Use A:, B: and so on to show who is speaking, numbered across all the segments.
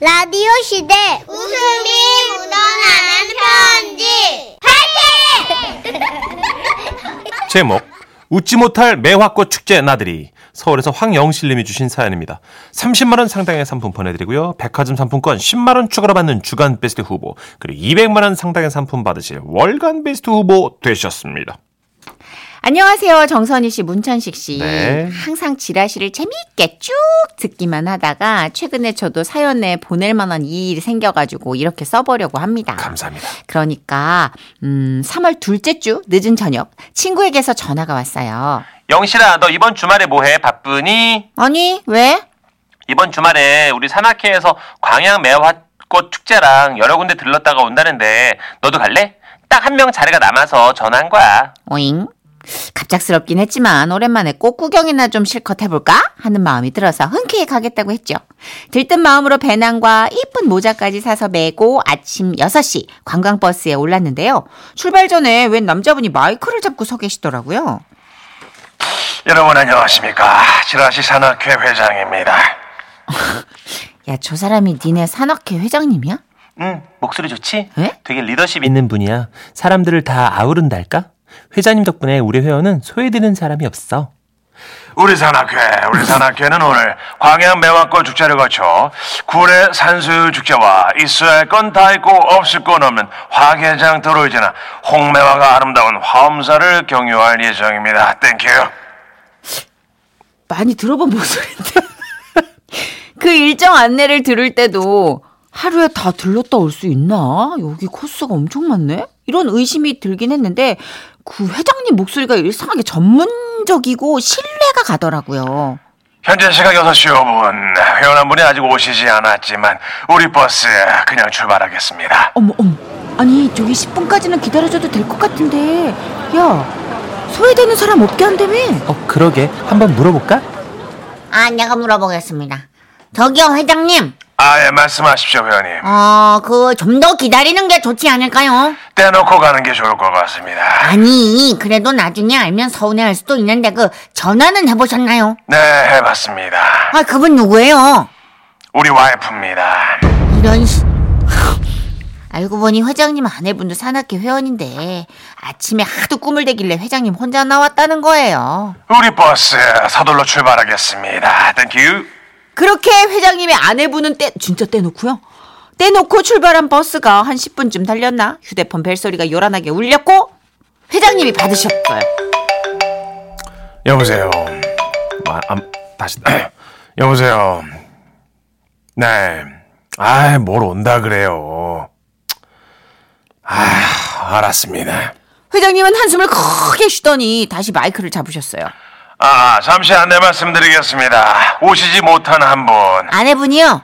A: 라디오 시대 웃음이 묻어나는 편지
B: 제목 웃지 못할 매화꽃 축제 나들이 서울에서 황영실님이 주신 사연입니다. 30만 원 상당의 상품 보내드리고요. 백화점 상품권 10만 원 추가로 받는 주간 베스트 후보 그리고 200만 원 상당의 상품 받으실 월간 베스트 후보 되셨습니다.
C: 안녕하세요. 정선희 씨, 문천식 씨.
B: 네.
C: 항상 지라시를 재미있게 쭉 듣기만 하다가 최근에 저도 사연에 보낼 만한 이 일이 생겨가지고 이렇게 써보려고 합니다.
B: 감사합니다.
C: 그러니까 음, 3월 둘째 주 늦은 저녁 친구에게서 전화가 왔어요.
B: 영실아 너 이번 주말에 뭐해? 바쁘니?
C: 아니 왜?
B: 이번 주말에 우리 산악회에서 광양 매화꽃 축제랑 여러 군데 들렀다가 온다는데 너도 갈래? 딱 한 명 자리가 남아서 전화한 거야.
C: 오잉. 갑작스럽긴 했지만 오랜만에 꽃 구경이나 좀 실컷 해볼까 하는 마음이 들어서 흔쾌히 가겠다고 했죠. 들뜬 마음으로 배낭과 이쁜 모자까지 사서 메고 아침 6시 관광버스에 올랐는데요. 출발 전에 웬 남자분이 마이크를 잡고 서 계시더라고요.
D: 여러분 안녕하십니까 지라시 산악회 회장입니다
C: 야, 저 사람이 니네 산악회 회장님이야?
B: 응, 목소리 좋지?
C: 에?
B: 되게 리더십 있는 분이야. 사람들을 다 아우른달까? 회장님 덕분에 우리 회원은 소외되는 사람이 없어.
D: 우리 산악회 우리 산악회는 오늘 광양 매화꽃 축제를 거쳐 구례 산수유 축제와 있어야 할 건 다 있고 없을 건 없는 화개장터를 지나 홍매화가 아름다운 화엄사를 경유할 예정입니다 땡큐
C: 많이 들어본 목소리인데. 그 일정 안내를 들을 때도 하루에 다 들렀다 올 수 있나? 여기 코스가 엄청 많네? 이런 의심이 들긴 했는데 그 회장님 목소리가 이상하게 전문적이고 신뢰가 가더라고요.
D: 현재 시각 6시 5분 회원 한 분이 아직 오시지 않았지만 우리 버스 그냥 출발하겠습니다
C: 어머 어머 아니 저기 10분까지는 기다려줘도 될 것 같은데 야 소외되는 사람 없게 한다며?
B: 어, 그러게. 한번 물어볼까?
A: 아 내가 물어보겠습니다 저기요 회장님
D: 아예 말씀하십시오 회원님
A: 어그 좀 더 기다리는 게 좋지 않을까요?
D: 떼놓고 가는 게 좋을 것 같습니다
A: 아니 그래도 나중에 알면 서운해할 수도 있는데 그 전화는 해보셨나요?
D: 네 해봤습니다
A: 아 그분 누구예요?
D: 우리 와이프입니다.
A: 이런 씨. 알고 보니 회장님 아내분도 산악회 회원인데 아침에 하도 꿈을 대길래 회장님 혼자 나왔다는 거예요.
D: 우리 버스 서둘러 출발하겠습니다. 땡큐.
C: 그렇게 회장님의 아내분은 떼, 진짜 떼놓고요. 떼놓고 출발한 버스가 한 10분쯤 달렸나? 휴대폰 벨소리가 요란하게 울렸고 회장님이 받으셨어요.
D: 여보세요.
B: 아, 암, 다시.
D: 여보세요. 네. 아이, 뭘 온다 그래요. 아, 알았습니다.
C: 회장님은 한숨을 크게 쉬더니 다시 마이크를 잡으셨어요.
D: 아, 잠시 안내 말씀드리겠습니다. 오시지 못한 한 분.
A: 아내분이요?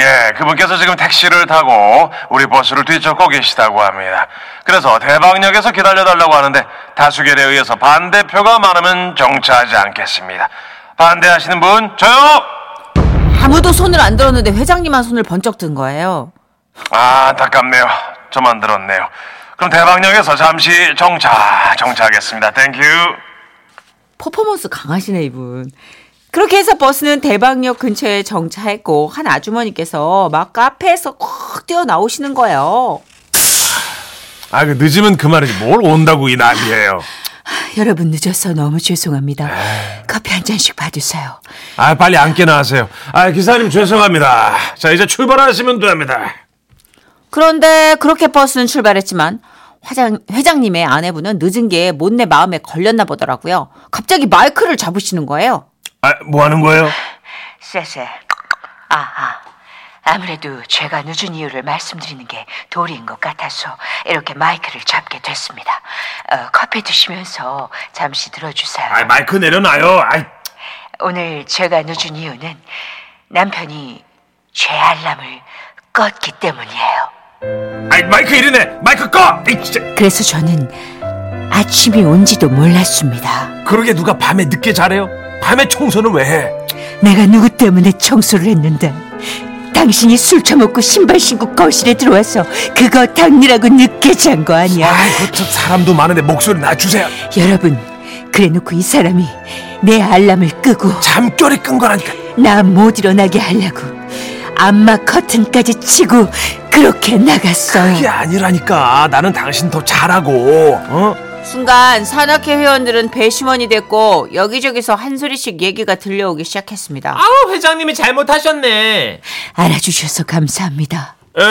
D: 예, 그분께서 지금 택시를 타고 우리 버스를 뒤쫓고 계시다고 합니다. 그래서 대방역에서 기다려달라고 하는데 다수결에 의해서 반대표가 많으면 정차하지 않겠습니다. 반대하시는 분, 저요!
C: 아무도 손을 안 들었는데 회장님만 손을 번쩍 든 거예요.
D: 아, 안타깝네요. 저만 들었네요. 그럼 대방역에서 잠시 정차, 정차하겠습니다. 땡큐.
C: 퍼포먼스 강하시네 이분. 그렇게 해서 버스는 대방역 근처에 정차했고 한 아주머니께서 막 카페에서 콱 뛰어나오시는 거예요.
D: 아, 그 늦으면 그만이지. 뭘 온다고 이 난리예요.
C: 여러분 늦어서 너무 죄송합니다. 커피 한 잔씩 봐주세요.
D: 아, 빨리 앉게나 하세요. 아, 기사님 죄송합니다. 자, 이제 출발하시면 됩니다.
C: 그런데 그렇게 버스는 출발했지만 화장, 회장님의 아내분은 늦은 게 못내 마음에 걸렸나 보더라고요. 갑자기 마이크를 잡으시는 거예요.
D: 아, 뭐 하는 거예요?
E: 쎄쎄. 아하. 아무래도 제가 늦은 이유를 말씀드리는 게 도리인 것 같아서 이렇게 마이크를 잡게 됐습니다. 어, 커피 드시면서 잠시 들어주세요.
D: 아, 마이크 내려놔요. 아이,
E: 오늘 제가 늦은 이유는 남편이 죄 알람을 껐기 때문이에요.
D: 아이 마이크 이리네. 마이크 꺼. 이 진짜.
C: 그래서 저는 아침이 온지도 몰랐습니다.
D: 그러게 누가 밤에 늦게 자래요? 밤에 청소는 왜 해?
C: 내가 누구 때문에 청소를 했는데 당신이 술 처먹고 신발 신고 거실에 들어와서 그거 당일하고 늦게 잔 거 아니야.
D: 아이, 그참 사람도 많은데 목소리 낮추세요.
C: 여러분 그래놓고 이 사람이 내 알람을 끄고
D: 잠결에 끈 거라니까.
C: 나 못 일어나게 하려고
E: 안마 커튼까지 치고 그렇게 나갔어요.
B: 이게 아니라니까. 나는 당신 더 잘하고. 어?
C: 순간 산악회 회원들은 배심원이 됐고 여기저기서 한 소리씩 얘기가 들려오기 시작했습니다.
B: 아우 회장님이 잘못하셨네.
E: 알아주셔서 감사합니다.
B: 에,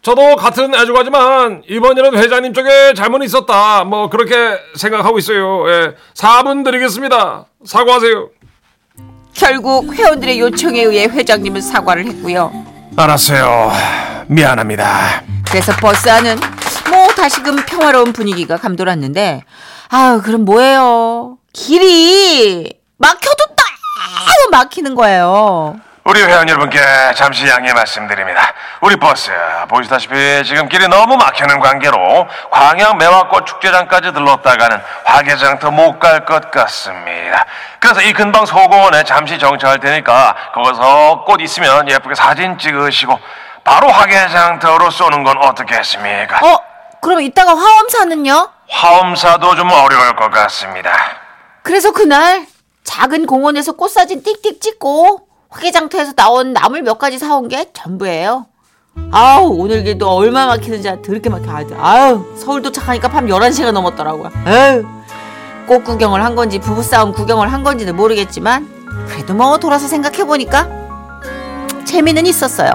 B: 저도 같은 애주가지만 이번 일은 회장님 쪽에 잘못이 있었다. 뭐 그렇게 생각하고 있어요. 예, 4분 드리겠습니다. 사과하세요.
C: 결국 회원들의 요청에 의해 회장님은 사과를 했고요.
D: 알았어요. 미안합니다.
C: 그래서 버스 안은 뭐 다시금 평화로운 분위기가 감돌았는데 아유 그럼 뭐예요? 길이 막혀도 너무 막히는 거예요.
D: 우리 회원 여러분께 잠시 양해 말씀드립니다. 우리 버스 보시다시피 지금 길이 너무 막히는 관계로 광양 매화꽃 축제장까지 들렀다가는 화개장터 못 갈 것 같습니다. 그래서 이 근방 소공원에 잠시 정차할 테니까 거기서 꽃 있으면 예쁘게 사진 찍으시고 바로 화개장터로 쏘는 건 어떻겠습니까?
C: 어 그럼 이따가 화엄사는요?
D: 화엄사도 좀 어려울 것 같습니다.
C: 그래서 그날 작은 공원에서 꽃사진 띡띡 찍고 화개장터에서 나온 나물 몇 가지 사온 게 전부예요. 아우 오늘 길도 얼마 막히는지 더럽게 막혀 아주 아우 서울 도착하니까 밤 11시가 넘었더라고요 에휴 꽃 구경을 한 건지 부부싸움 구경을 한 건지는 모르겠지만 그래도 뭐 돌아서 생각해보니까 재미는 있었어요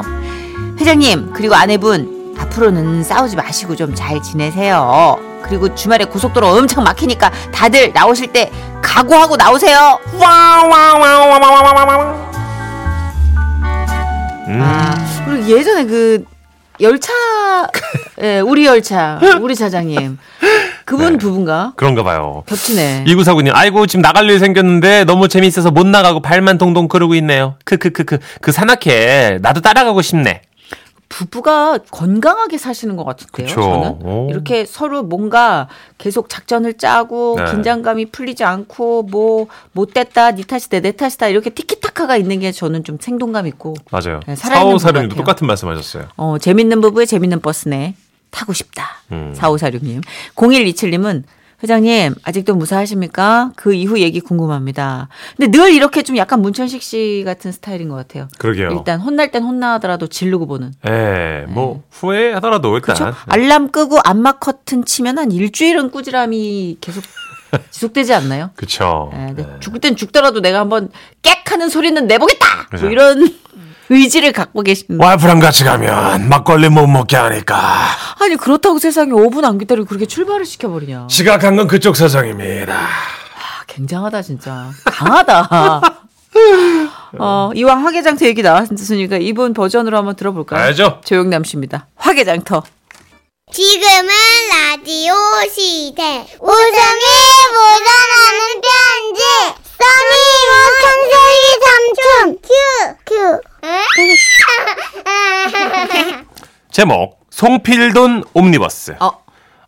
C: 회장님 그리고 아내분 앞으로는 싸우지 마시고 좀 잘 지내세요 그리고 주말에 고속도로 엄청 막히니까 다들 나오실 때 각오하고 나오세요 아, 그리고 예전에 그 열차 예, 우리 열차 우리 차장님 그분 부부인가
B: 그런가 봐요.
C: 겹치네.
B: 이구사구님, 아이고 지금 나갈 일 생겼는데 너무 재밌어서 못 나가고 발만 동동 거르고 있네요. 크크크크 그 산악회 나도 따라가고 싶네.
C: 부부가 건강하게 사시는 것 같은데요.
B: 그쵸.
C: 저는
B: 오.
C: 이렇게 서로 뭔가 계속 작전을 짜고
B: 네.
C: 긴장감이 풀리지 않고 뭐 못됐다, 네 탓이다, 내 탓이다 이렇게 티키타카가 있는 게 저는 좀 생동감 있고
B: 맞아요.
C: 네, 살아있는 분
B: 사오사령님도
C: 같아요.
B: 똑같은 말씀하셨어요.
C: 어, 재밌는 부부의 재밌는 버스네. 타고 싶다.
B: 음.
C: 4546님. 0127님은 회장님, 아직도 무사하십니까? 그 이후 얘기 궁금합니다. 근데 늘 이렇게 좀 약간 문천식 씨 같은 스타일인 것 같아요.
B: 그러게요.
C: 일단 혼날 땐 혼나더라도 지르고 보는.
B: 예, 뭐 후회하더라도 일단
C: 네. 그렇죠? 알람 끄고 안마 커튼 치면 한 일주일은 꾸지람이 계속 지속되지 않나요?
B: 그쵸.
C: 예, 근데
D: 네.
B: 예.
C: 죽을 땐 죽더라도 내가 한번 깨 하는 소리는 내보겠다!
B: 그죠.
C: 뭐 이런 의지를 갖고 계신.
D: 네. 와이프랑 같이 가면 막걸리 못 먹게 하니까
C: 아니 그렇다고 세상에 5분 안 기다리고 그렇게 출발을 시켜버리냐.
D: 지각한 건 그쪽 사정입니다.
C: 아, 굉장하다 진짜. 강하다. 어, 이왕 화개장터 얘기 나왔으니까 이분 버전으로 한번 들어볼까요?
B: 알죠?
C: 조용남 씨입니다. 화개장터.
F: 지금은 라디오 시대. 웃음이 묻어나는 편지. 써니 우천세기 삼촌. 큐. 큐.
B: 제목 송필돈 옴니버스.
C: 어.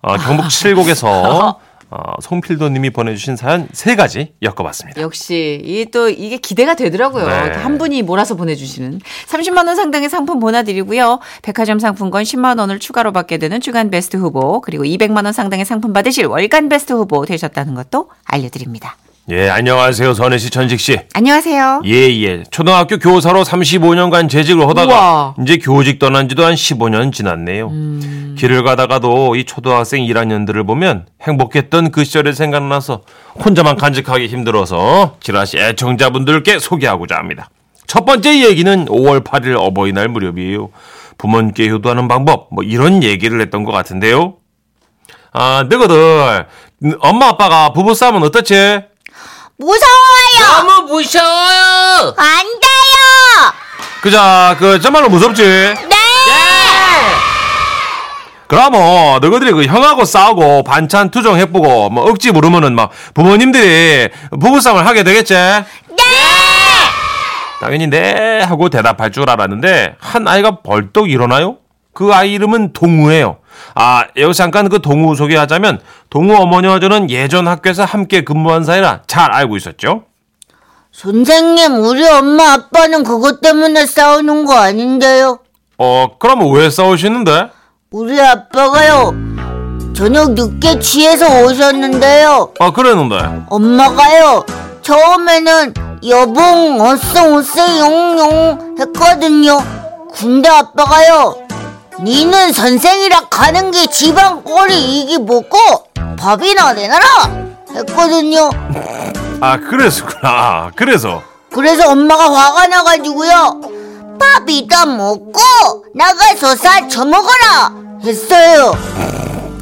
B: 어, 경북 칠곡에서 어, 송필도님이 보내주신 사연 세 가지 엮어봤습니다.
C: 아, 역시 이 또 이게 기대가 되더라고요.
B: 네.
C: 이렇게 한 분이 몰아서 보내주시는 30만 원 상당의 상품 보내드리고요. 백화점 상품권 10만 원을 추가로 받게 되는 주간 베스트 후보 그리고 200만 원 상당의 상품 받으실 월간 베스트 후보 되셨다는 것도 알려드립니다.
B: 예, 안녕하세요, 선혜 씨, 천식 씨.
C: 안녕하세요.
B: 예, 예. 초등학교 교사로 35년간 재직을 하다가
C: 우와.
B: 이제 교직 떠난 지도 한 15년 지났네요.
C: 음.
B: 길을 가다가도 이 초등학생 1학년들을 보면 행복했던 그 시절이 생각나서 혼자만 간직하기 힘들어서 지라시 애청자분들께 소개하고자 합니다. 첫 번째 얘기는 5월 8일 어버이날 무렵이에요. 부모님께 효도하는 방법, 뭐 이런 얘기를 했던 것 같은데요. 아, 너희들, 엄마 아빠가 부부싸움은 어떻지?
F: 무서워요.
A: 너무 무서워요.
F: 안 돼요.
B: 그자, 그, 정말로 무섭지?
F: 네.
B: 그러면 너희들이 그 형하고 싸우고 반찬 투정 해보고 뭐 억지 물으면은 막 부모님들이 부부싸움을 하게 되겠지?
F: 네.
B: 당연히 네 하고 대답할 줄 알았는데 한 아이가 벌떡 일어나요. 그 아이 이름은 동우예요. 아 여기 잠깐 그 동우 소개하자면 동우 어머니와 저는 예전 학교에서 함께 근무한 사이라 잘 알고 있었죠.
A: 선생님, 우리 엄마 아빠는 그것 때문에 싸우는 거 아닌데요?
B: 어 그럼 왜 싸우시는데?
A: 우리 아빠가요. 저녁 늦게 취해서 오셨는데요.
B: 아 그랬는데
A: 엄마가요. 처음에는 여봉 어서 오세요 용 했거든요.
F: 근데 아빠가요 니는 선생이라 가는 게 집안 꼴이 이게 뭐고 밥이나 내놔라 했거든요
B: 아, 그래서구나. 아, 그래서.
F: 그래서 엄마가 화가 나가지고요 밥이다 먹고 나가서 사 처먹어라 했어요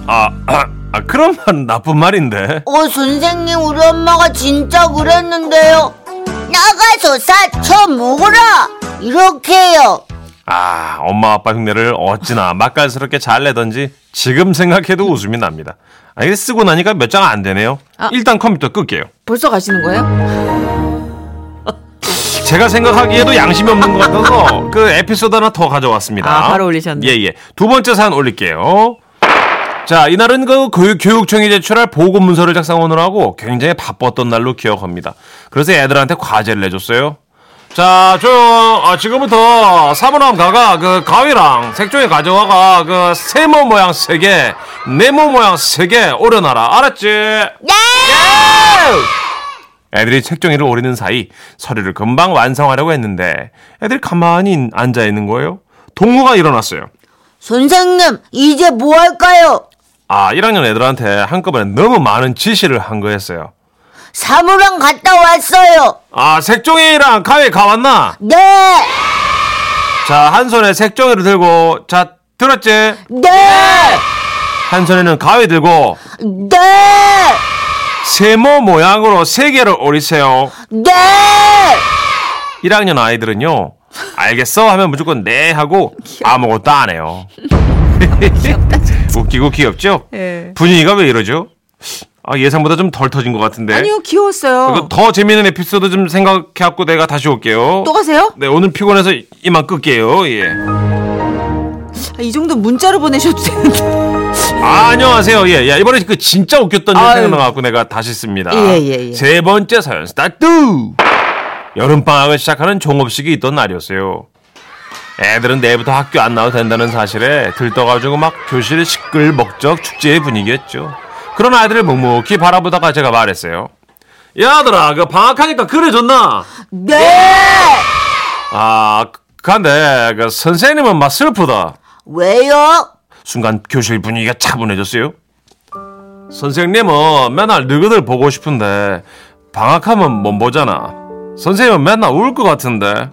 B: 아, 아, 아, 그런 말은 나쁜 말인데.
F: 어 선생님 우리 엄마가 진짜 그랬는데요 나가서 사 처먹어라 이렇게요
B: 아, 엄마 아빠 흉내를 어찌나 맛깔스럽게 잘 내던지 지금 생각해도 웃음이 납니다. 아, 이게 쓰고 나니까 몇 장 안 되네요. 일단 컴퓨터 끌게요.
C: 벌써 가시는 거예요?
B: 제가 생각하기에도 양심이 없는 것 같아서 그 에피소드 하나 더 가져왔습니다.
C: 아, 바로 올리셨네.
B: 예, 예. 두 번째 사연 올릴게요. 자, 이날은 그 교육, 교육청이 제출할 보고 문서를 작성하느라고 굉장히 바빴던 날로 기억합니다. 그래서 애들한테 과제를 내줬어요. 자, 저 아, 지금부터 사물함 가가 그 가위랑 색종이 가져와가 그 세모 모양 세 개, 네모 모양 세 개 오려놔라. 알았지? 예! 애들이 책종이를 오리는 사이 서류를 금방 완성하려고 했는데 애들이 가만히 앉아 있는 거예요. 동호가 일어났어요.
F: 선생님 이제 뭐 할까요?
B: 아, 1학년 애들한테 한꺼번에 너무 많은 지시를 한 거였어요.
F: 사물함 갔다 왔어요.
B: 아, 색종이랑 가위 가왔나?
F: 네,
B: 자, 한 손에 색종이를 들고, 자, 들었지?
F: 네,
B: 한 손에는 가위 들고,
F: 네,
B: 세모 모양으로 세 개를 오리세요.
F: 네.
B: 1학년 아이들은요, 알겠어? 하면 무조건 네 하고 아무것도 안 해요. 웃기고 귀엽죠?
C: 예.
B: 분위기가 왜 이러죠? 아, 예상보다 좀 덜 터진 것 같은데.
C: 아니요,
B: 이거
C: 귀여웠어요.
B: 더 재미있는 에피소드 좀 생각해갖고 내가 다시 올게요.
C: 또 가세요?
B: 네, 오늘 피곤해서 이- 이만 끌게요. 예.
C: 아, 이 정도 문자로 보내셔도 되는데.
B: 아, 안녕하세요. 예, 예. 이번에 그 진짜 웃겼던 일
C: 아유.
B: 생각나갖고 내가 다시 씁니다.
C: 예, 예, 예.
B: 세 번째 사연 스타트! 여름방학을 시작하는 종업식이 있던 날이었어요. 애들은 내일부터 학교 안 나와도 된다는 사실에 들떠가지고 막 교실이 시끌벅적 축제의 분위기였죠. 그런 아이들을 묵묵히 바라보다가 제가 말했어요. 야, 아들아, 그 방학하니까 그래 줬나?
F: 네.
B: 아, 그- 근데 그 선생님은 막 슬프다.
F: 왜요?
B: 순간 교실 분위기가 차분해졌어요. 선생님은 뭐, 맨날 너희들 보고 싶은데 방학하면 못 보잖아. 선생님은 맨날 울 것 같은데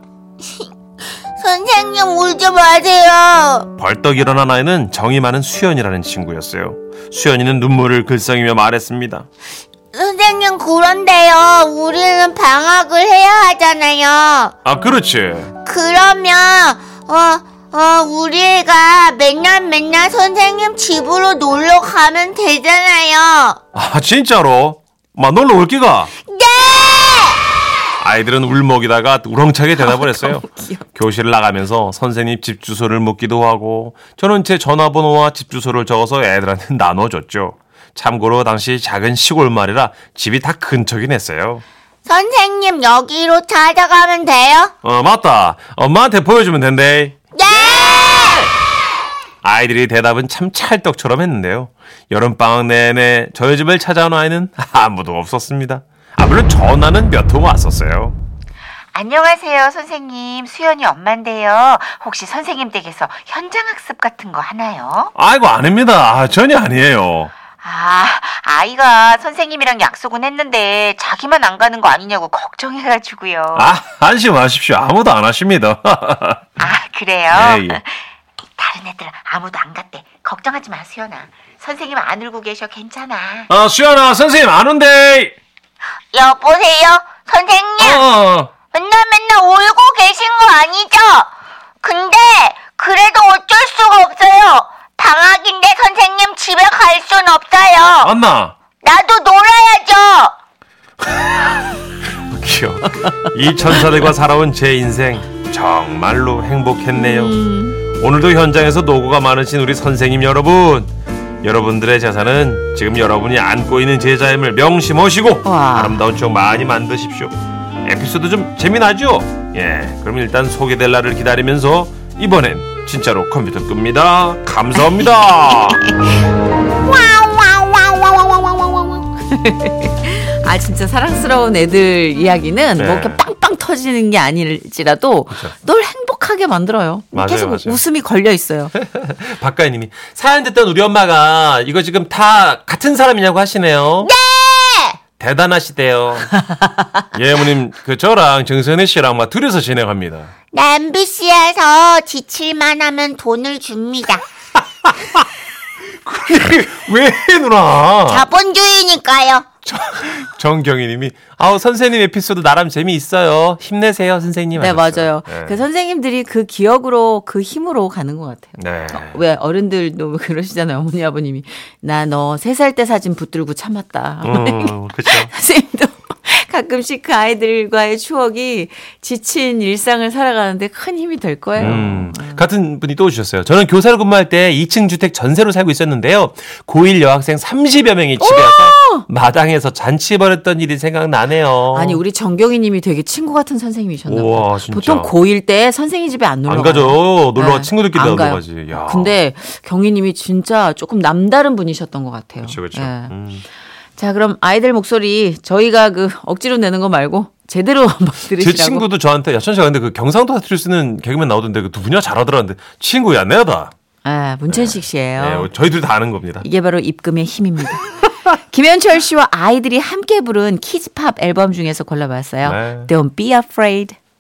F: 선생님 울지 마세요.
B: 벌떡 일어난 아이는 정이 많은 수연이라는 친구였어요. 수연이는 눈물을 글썽이며 말했습니다.
F: 선생님 그런데요, 우리는 방학을 해야 하잖아요.
B: 아 그렇지.
F: 그러면 어, 어 우리가 맨날 맨날 선생님 집으로 놀러 가면 되잖아요.
B: 아 진짜로? 막 놀러 올 기가?
F: 네.
B: 아이들은 울먹이다가 우렁차게 대답을 했어요. 교실을 나가면서 선생님 집 주소를 묻기도 하고 저는 제 전화번호와 집 주소를 적어서 애들한테 나눠줬죠. 참고로 당시 작은 시골 말이라 집이 다 근처긴 했어요.
F: 선생님 여기로 찾아가면 돼요?
B: 어 맞다. 엄마한테 보여주면 된대.
F: 네!
B: 아이들이 대답은 참 찰떡처럼 했는데요. 여름방학 내내 저희 집을 찾아온 아이는 아무도 없었습니다. 아 물론 전화는 몇 통 왔었어요.
E: 안녕하세요, 선생님. 수연이 엄마인데요. 혹시 선생님 댁에서 현장 학습 같은 거 하나요?
B: 아이고 아닙니다. 아, 전혀 아니에요.
E: 아, 아이가 선생님이랑 약속은 했는데 자기만 안 가는 거 아니냐고 걱정해가지고요. 아,
B: 아, 안심하십시오. 아무도 안 하십니다.
E: 그래요?
B: 아. 예, 예.
E: 다른 애들 아무도 안 갔대. 걱정하지 마, 수연아. 선생님 안 울고 계셔. 괜찮아.
B: 아, 수연아, 선생님 안 온대.
F: 여보세요? 선생님
B: 어.
F: 맨날 맨날 울고 계신 거 아니죠? 근데 그래도 어쩔 수가 없어요 방학인데 선생님 집에 갈 순 없어요
B: 안나.
F: 나도 놀아야죠
B: 귀여워. 이 천사들과 살아온 제 인생 정말로 행복했네요. 오늘도 현장에서 노고가 많으신 우리 선생님 여러분. 여러분들의 재산은 지금 여러분이 안고 있는 제자임을 명심하시고
C: 와.
B: 아름다운 추억 많이 만드십시오. 에피소드 좀 재미나죠? 예. 그럼 일단 소개될 날을 기다리면서 이번엔 진짜로 컴퓨터 끕니다. 감사합니다.
C: 아, 진짜 사랑스러운 애들 이야기는
B: 네. 그렇죠.
C: 뭐 이렇게 빵빵 터지는 게 아닐지라도 늘 행복하게 착하게 만들어요.
B: 맞아요,
C: 계속
B: 맞아요.
C: 웃음이 걸려 있어요.
B: 박가희님이 사연 듣던 우리 엄마가 이거 지금 다 같은 사람이냐고 하시네요. 네. 대단하시대요. 예, 어머님, 그 저랑 정선혜 씨랑 막 둘이서 진행합니다.
F: MBC에서 네! 지칠만 하면 돈을 줍니다.
B: 왜 누나?
F: 자본주의니까요.
B: 정경희님이 아우 선생님 에피소드 나름 재미 있어요. 힘내세요, 선생님.
C: 네, 맞아요.
B: 하셨어요. 네.
C: 그 선생님들이 그 기억으로 그 힘으로 가는 것 같아요. 어,
B: 네.
C: 왜 어른들도 뭐 그러시잖아요. 어머니 아버님이 나 너 세 살 때 사진 붙들고 참았다. 네.
B: 음, 그렇죠.
C: 선생님도 가끔씩 그 아이들과의 추억이 지친 일상을 살아가는데 큰 힘이 될 거예요.
B: 음, 같은 분이 또 오셨어요. 저는 교사로 근무할 때 2층 주택 전세로 살고 있었는데요. 고1 여학생 30여 명이 집에 와서 마당에서 잔치 벌였던 일이 생각나네요.
C: 아니 우리 정경희 님이 되게 친구 같은 선생님이셨나
B: 어. 우와,
C: 보다.
B: 진짜.
C: 보통 고1 때 선생님 집에 안 놀러
B: 안 가죠. 놀러 가
C: 네,
B: 친구들끼리
C: 안
B: 놀러
C: 가요.
B: 가지. 야.
C: 근데 경희 님이 진짜 조금 남다른 분이셨던 것 같아요.
B: 그렇죠, 그렇죠.
C: 네.
B: 음.
C: 자, 그럼 아이들 목소리 저희가 그 억지로 내는 거 말고 제대로 한번
B: 제
C: 들으시라고.
B: 친구도 저한테 야천 씨가 근데 그 경상도 사투리 쓰는 개그맨 나오던데 그 두 분야 잘하더라는데 친구야 내다.
C: 아, 문천식
B: 예,
C: 씨예요.
B: 저희들이 다 아는 겁니다.
C: 이게 바로 입금의 힘입니다. 김현철 씨와 아이들이 함께 부른 키즈팝 앨범 중에서 골라봤어요.
B: 네.
C: Don't be afraid.